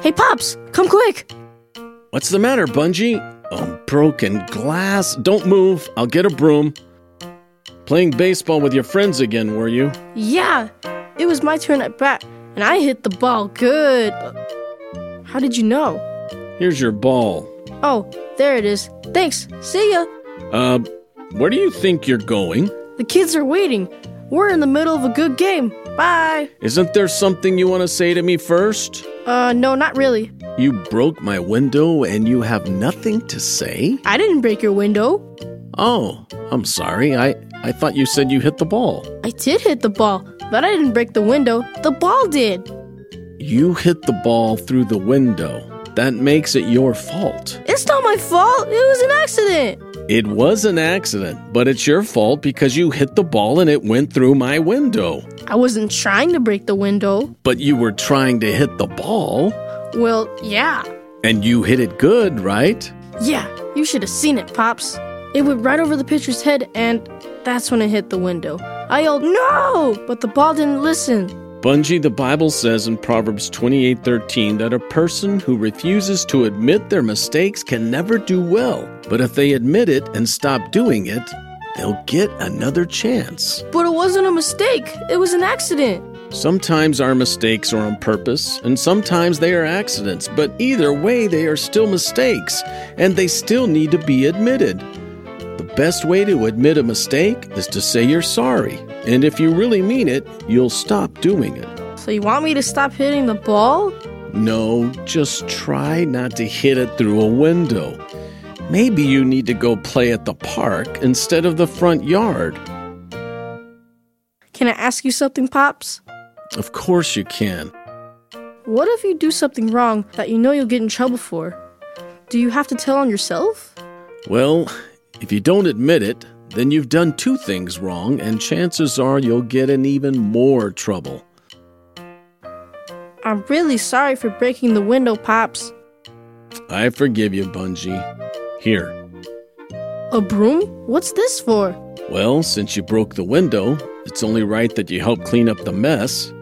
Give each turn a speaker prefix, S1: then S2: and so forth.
S1: Hey, Pops, come quick.
S2: What's the matter, Bungie? Oh, broken glass. Don't move. I'll get a broom. Playing baseball with your friends again, were you?
S1: Yeah, it was my turn at bat, and I hit the ball good. How did you know?
S2: Here's your ball.
S1: Oh, there it is. Thanks. See ya.
S2: Uh, where do you think you're going?
S1: The kids are waiting. We're in the middle of a good game. Bye.
S2: Isn't there something you want to say to me first?
S1: Uh, no, not really.
S2: You broke my window and you have nothing to say?
S1: I didn't break your window.
S2: Oh, I'm sorry. I, I thought you said you hit the ball.
S1: I did hit the ball, but I didn't break the window. The ball did.
S2: You hit the ball through the window. That makes it your fault.
S1: It's not my fault. It was an accident.
S2: It was an accident, but it's your fault because you hit the ball and it went through my window.
S1: I wasn't trying to break the window.
S2: But you were trying to hit the ball,
S1: Well, yeah.
S2: and you hit it good, right?
S1: Yeah, you should have seen it, Pops. It went right over the pitcher's head, and that's when it hit the window. I yelled, No! But the ball didn't listen.
S2: Bungie, the Bible says in Proverbs 28:13 that a person who refuses to admit their mistakes can never do well. But if they admit it and stop doing it, they'll get another chance.
S1: But it wasn't a mistake, it was an accident.
S2: Sometimes our mistakes are on purpose, and sometimes they are accidents, but either way, they are still mistakes, and they still need to be admitted. The best way to admit a mistake is to say you're sorry, and if you really mean it, you'll stop doing it.
S1: So you want me to stop hitting the ball?
S2: No, just try not to hit it through a window. Maybe you need to go play at the park instead of the front yard.
S1: Can I ask you something, Pops?
S2: Of course, you can.
S1: What if you do something wrong that you know you'll get in trouble for? Do you have to tell on yourself?
S2: Well, if you don't admit it, then you've done two things wrong, and chances are you'll get in even more trouble.
S1: I'm really sorry for breaking the window, Pops.
S2: I forgive you, Bungie. Here.
S1: A broom? What's this for?
S2: Well, since you broke the window, it's only right that you help clean up the mess.